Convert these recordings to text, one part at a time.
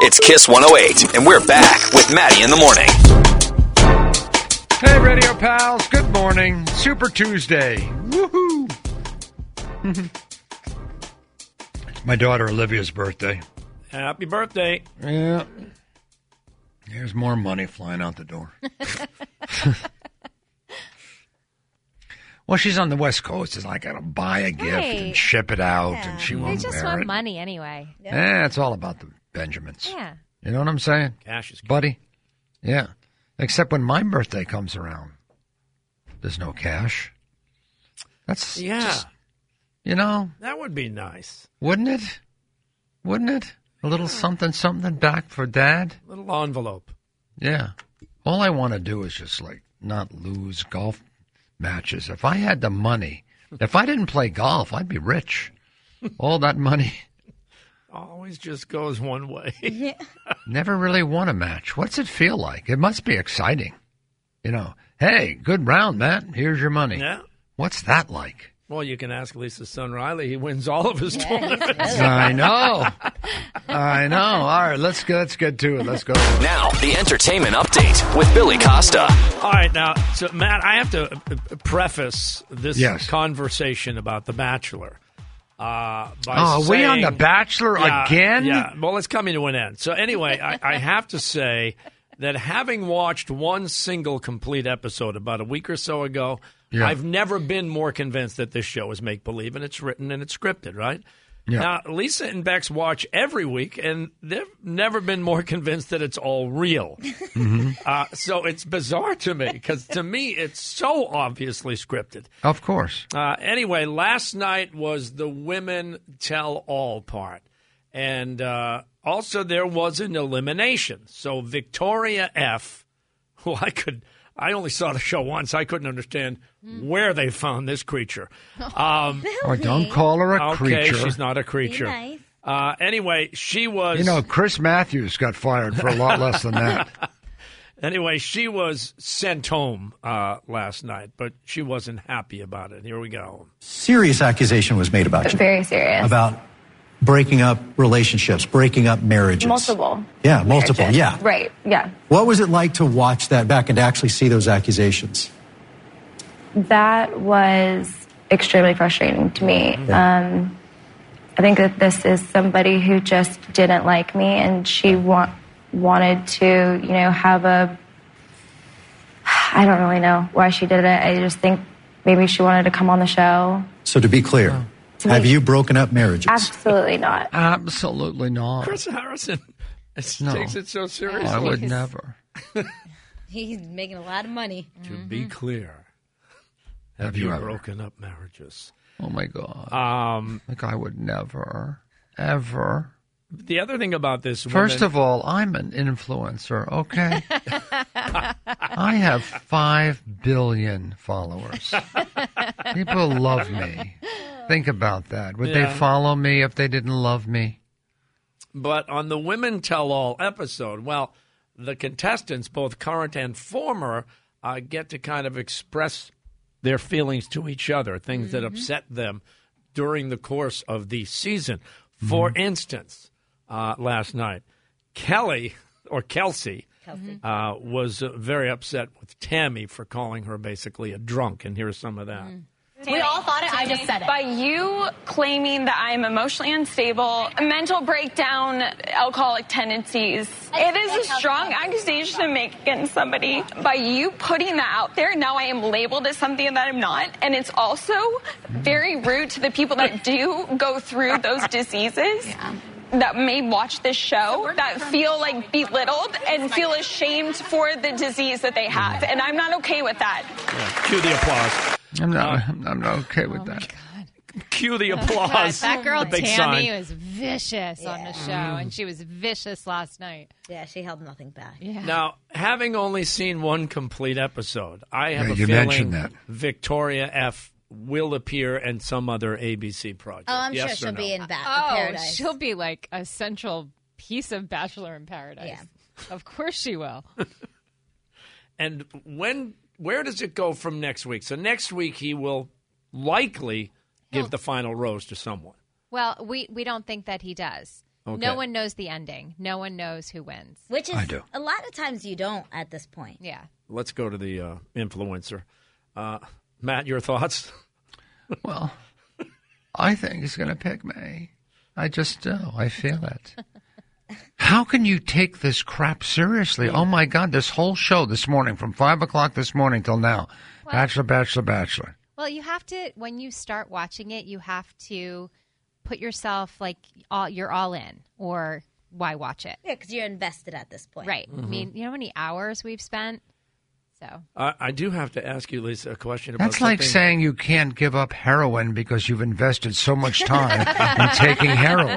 It's Kiss 108, and we're back with Maddie in the morning. Hey, radio pals. Good morning. Super Tuesday. Woohoo. it's my daughter Olivia's birthday. Happy birthday. Yeah. There's more money flying out the door. well, she's on the West Coast. It's like I gotta buy a gift and Right. ship it out, and she They won't just wear want it. money anyway. Eh, it's all about the Benjamins. Yeah. You know what I'm saying? Cash is king. buddy. Yeah. Except when my birthday comes around, there's no cash. That's Yeah, just- you know, that would be nice. wouldn't it? Wouldn't it? A little something something back for dad. Little envelope. Yeah. All I want to do is just like not lose golf matches. If I had the money, if I didn't play golf, I'd be rich. All that money Always just goes one way. Never really won a match. What's it feel like? It must be exciting. You know, hey, good round, Matt. Here's your money. yeah. What's that like? Well, you can ask Lisa's son Riley. He wins all of his tournaments. I know. I know. All right, let's get, let's get to it. Let's go. Now, the entertainment update with Billy Costa. All right, now, so Matt, I have to uh, preface this Yes. conversation about The Bachelor. Uh, by Oh, are we on The saying- Bachelor Yeah, again? Yeah. Well, it's coming to an end. So anyway, I, I have to say that having watched one single complete episode about a week or so ago, Yeah. I've never been more convinced that this show is make believe and it's written and it's scripted, right? Yeah. Now, Lisa and Bex watch every week, and they've never been more convinced that it's all real. Mm-hmm. Uh, so it's bizarre to me because to me, it's so obviously scripted. Of course. Uh, anyway, last night was the women tell all part. And uh, also, there was an elimination. So, Victoria F., who I could, I only saw the show once. I couldn't understand where they found this creature. Um, Or don't call her a okay, creature. she's not a creature. nice. Uh, anyway, she was. You know, Chris Matthews got fired for a lot less than that. Anyway, she was sent home uh, last night, but she wasn't happy about it. Here we go. serious accusation was made about you. Very serious. About breaking up relationships, breaking up marriages. multiple. Yeah, multiple. marriages. Yeah. Right. Yeah. What was it like to watch that back and to actually see those accusations? That was extremely frustrating to me. Um, I think that this is somebody who just didn't like me, and she wa- wanted to, you know, have a. I don't really know why she did it. I just think maybe she wanted to come on the show. So to be clear, have you broken up marriages? Absolutely not. Absolutely not. Chris Harrison No. takes it so seriously. I would never. He's making a lot of money. To be clear, have, Have you you ever? broken up marriages? Oh my god! Um, like I would never, ever. the other thing about this First of all, I'm an influencer, okay? I have 5 billion followers. People love me. Think about that. Would Yeah. they follow me if they didn't love me? but on the Women Tell All episode, well, the contestants, both current and former, uh, get to kind of express their feelings to each other, things that Mm-hmm. upset them during the course of the season. For Mm-hmm. instance, uh, last night, Kelly or Kelsey. Uh, was uh, very upset with Tammy for calling her basically a drunk, and here's some of that. Mm. We all thought it. I just said it. By you claiming that I'm emotionally unstable, mental breakdown, alcoholic tendencies, it is a strong accusation to make against somebody. By you putting that out there, now I am labeled as something that I'm not. And it's also very rude to the people that do go through those diseases. That may watch this show that feel like belittled and feel ashamed for the disease that they have. And I'm not okay with that. Cue the applause. I'm not I'm, I'm not okay with that. Cue the God, applause. that girl the big Tammy sign. was vicious on the show, and Mm. she was vicious last night. Yeah, she held nothing back. Now, having only seen one complete episode, I have Yeah, a you feeling mentioned that. Victoria F will appear in some other ABC project. Oh, I'm yes sure or she'll no? be in back Oh, paradise. she'll be like a central piece of Bachelor in Paradise. Of course she will. And when where does it go from next week? So next week he Oh. will likely give the final rose to someone. Well, we, we don't think that he does. Okay. No one knows the ending. No one knows who wins. Which is I do. a lot of times you don't at this point. Yeah. Let's go to the uh, influencer. Uh, Matt, your thoughts? Well, I think he's going to pick May. I just do. I feel it. How can you take this crap seriously? Oh my God, this whole show this morning, from 5 o'clock this morning till now Bachelor, Bachelor, Bachelor. Well, you have to when you start watching it, you have to put yourself like all you're all in or why watch it? Yeah, because you're invested at this point. Right. Mm-hmm. I mean, you know how many hours we've spent? So, I, I do have to ask you, Lisa, a question about That's like something- saying you can't give up heroin because you've invested so much time in taking heroin.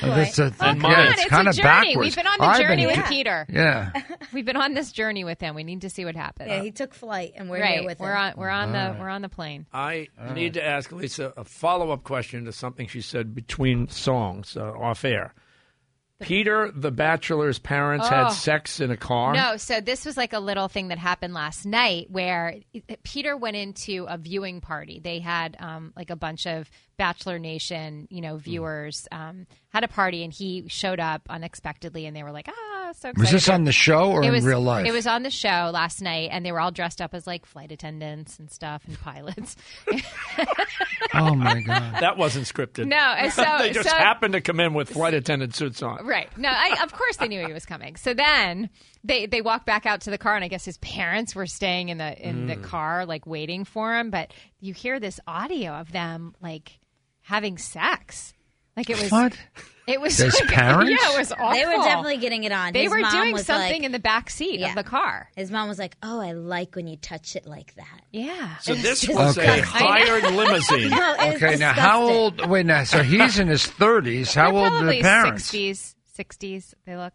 That's a- Oh, yeah, come on, it's, it's a kind of journey. backwards. We've been on the I've journey with ta- Peter. Yeah. we've been on this journey with him. We need to see what happens. Yeah, he took flight and we're right. here with we're him. on we're on the we're on the plane. I need to ask Lisa a follow up question to something she said between songs uh, off air. Peter, the bachelor's parents had Oh. sex in a car. No, so this was like a little thing that happened last night where Peter went into a viewing party. They had um, like a bunch of Bachelor Nation, you Hmm. know, viewers um, had a party, and he showed up unexpectedly, and they were like, "Ah, so excited!" Was this on the show or it was in real life? It was on the show last night, and they were all dressed up as like flight attendants and stuff and pilots. oh my God. That wasn't scripted. no, and so they just so, happened to come in with flight attendant suits on. Right. No, I, of course they knew he was coming. So then they they walk back out to the car, and I guess his parents were staying in the in Mm. the car, like waiting for him. But you hear this audio of them like having sex. Like it was What? it was His like- parents? Yeah, it was awful. They were definitely getting it on. They His were mom doing was something like- in the back seat Yeah. of the car. His mom was like, "Oh, I like when you touch it like that." Yeah. So this just was Okay. a hired limousine. No, it was Okay, now how disgusting. old? Wait, now, so he's in his 30s. How They're old are probably the parents? Sixties, sixties. They look.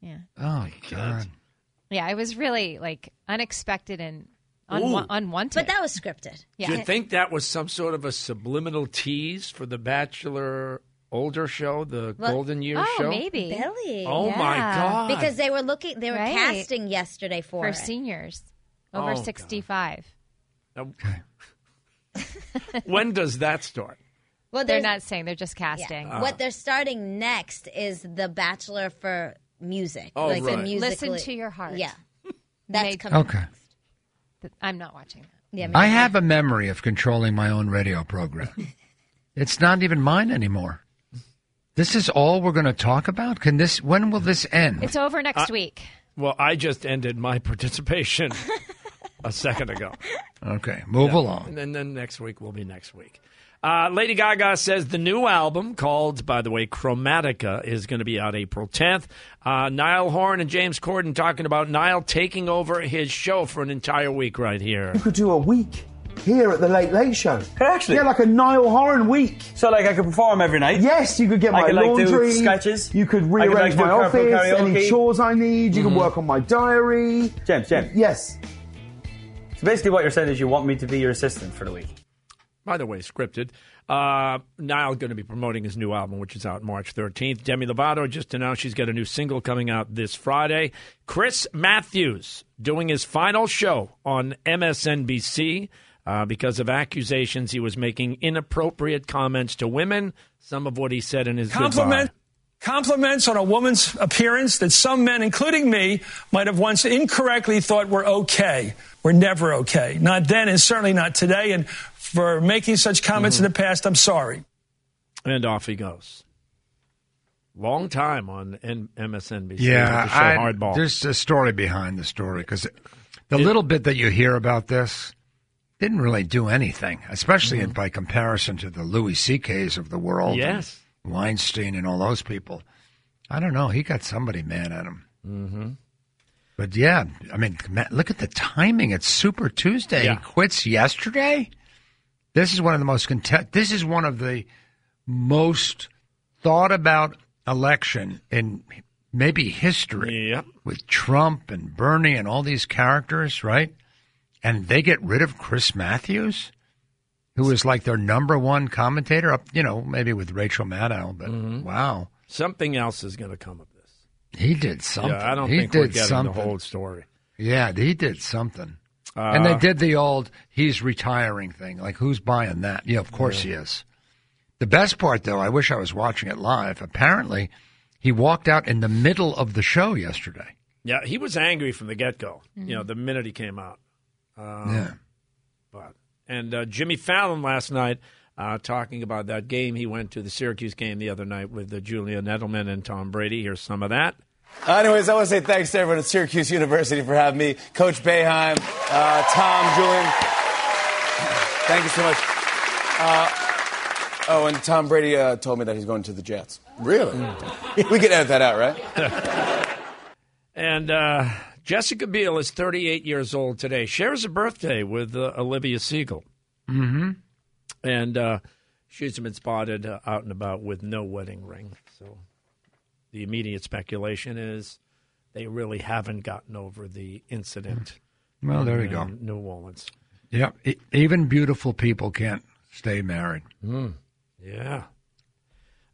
Yeah. Oh, God. Yeah. It was really like unexpected and unwa- Ooh. unwanted. But that was scripted. yeah. Do you think that was some sort of a subliminal tease for the Bachelor older show, the Well- Golden Year oh, show? maybe. Billy. Oh my Yeah. God! Because they were looking, they were Right. casting yesterday for, for it. seniors over Oh, God. 65. Now- when does that start? Well, They're there's- not saying they're just yeah. Uh, casting. Ah. what they're starting next is the Bachelor for music, Oh, like the right. music. Listen to your heart. Yeah, that's Make- coming. Okay. Th- I'm not watching that. Yeah, I have a memory of controlling my own radio program. it's not even mine anymore. This is all we're going to talk about? Can this, when will this end? It's over Uh, next week. Well, I just ended my participation a second ago. okay, move And along. then, then next week will be next week. Uh, Lady Gaga says the new album, called, by the way, Chromatica, is going to be out April 10th. Uh, Niall Horn and James Corden talking about Niall taking over his show for an entire week right here. could do a week here at the Late Late Show. Actually, yeah, like a Niall Horan week. So like I could perform every night. Yes, you could get I my could, like, do laundry. sketches. You could I could, like, rearrange do my carpool office. Any karaoke. chores I need. You Mm-hmm. can work on my diary. James, James. Yes. So basically, what you're saying is you want me to be your assistant for the week. by the way, scripted. Uh, Niall going to be promoting his new album, which is out March 13th. Demi Lovato just announced she's got a new single coming out this Friday. Chris Matthews doing his final show on MSNBC uh, because of accusations he was making inappropriate comments to women. Some of what he said in his Compliment. goodbye. Compliments on a woman's appearance that some men, including me, might have once incorrectly thought were okay. We're never okay. Not then and certainly not today. And for making such comments in the past, I'm sorry. And off he goes. Long time on N- MSNBC. Yeah, with the show I, Hardball. there's a story behind the story because the little bit that you hear about this didn't really do anything, especially Mm-hmm. in, by comparison to the Louis C.K.'s of the world. and Yes. Weinstein and all those people. I don't know. He got somebody mad at him. Mm-hmm. But yeah, I mean, Matt, look at the timing. It's Super Tuesday. Yeah. He quits yesterday. This is one of the most contest. This is one of the most thought about election in maybe history. Yep. With Trump and Bernie and all these characters, right? And they get rid of Chris Matthews, who is like their number one commentator up, you know, maybe with Rachel Maddow, but Mm-hmm. wow. Something else is going to come of this. He did something. Yeah, I don't he think did we're getting something. the whole story. Yeah, he did something. and Uh, they did the old he's retiring thing. Like who's buying that? Yeah, of course he is. The best part, though, I wish I was watching it live. Apparently, he walked out in the middle of the show yesterday. Yeah, he was angry from the get go. You know, the minute he came out. Um, Yeah. But and uh, Jimmy Fallon last night uh, talking about that game he went to the Syracuse game the other night with uh, Julian Edelman and Tom Brady. Here's some of that. Anyways, I want to say thanks to everyone at Syracuse University for having me. Coach Beheim, uh, Tom, Julian. Thank you so much. Uh, oh, and Tom Brady uh, told me that he's going to the Jets. Really? we could edit that out, right? And uh, Jessica Biel is 38 years old today. Shares a birthday with uh, Olivia Siegel. Mm-hmm. and uh, she's been spotted uh, out and about with no wedding ring. So the immediate speculation is they really haven't gotten over the incident. Well, there you in go. New Orleans. Yep. E- even beautiful people can't stay married. Yeah.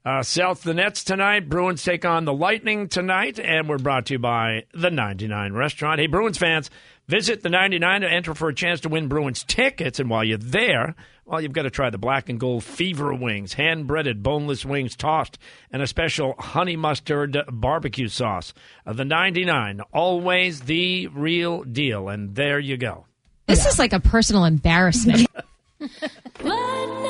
Uh, South the Nets tonight. Bruins take on the Lightning tonight, and we're brought to you by the 99 Restaurant. Hey, Bruins fans, visit the 99 to enter for a chance to win Bruins tickets. And while you're there, well, you've got to try the black and gold fever wings, hand breaded, boneless wings tossed, and a special honey mustard barbecue sauce. Uh, the 99, always the real deal. And there you go. This is like a personal embarrassment. Let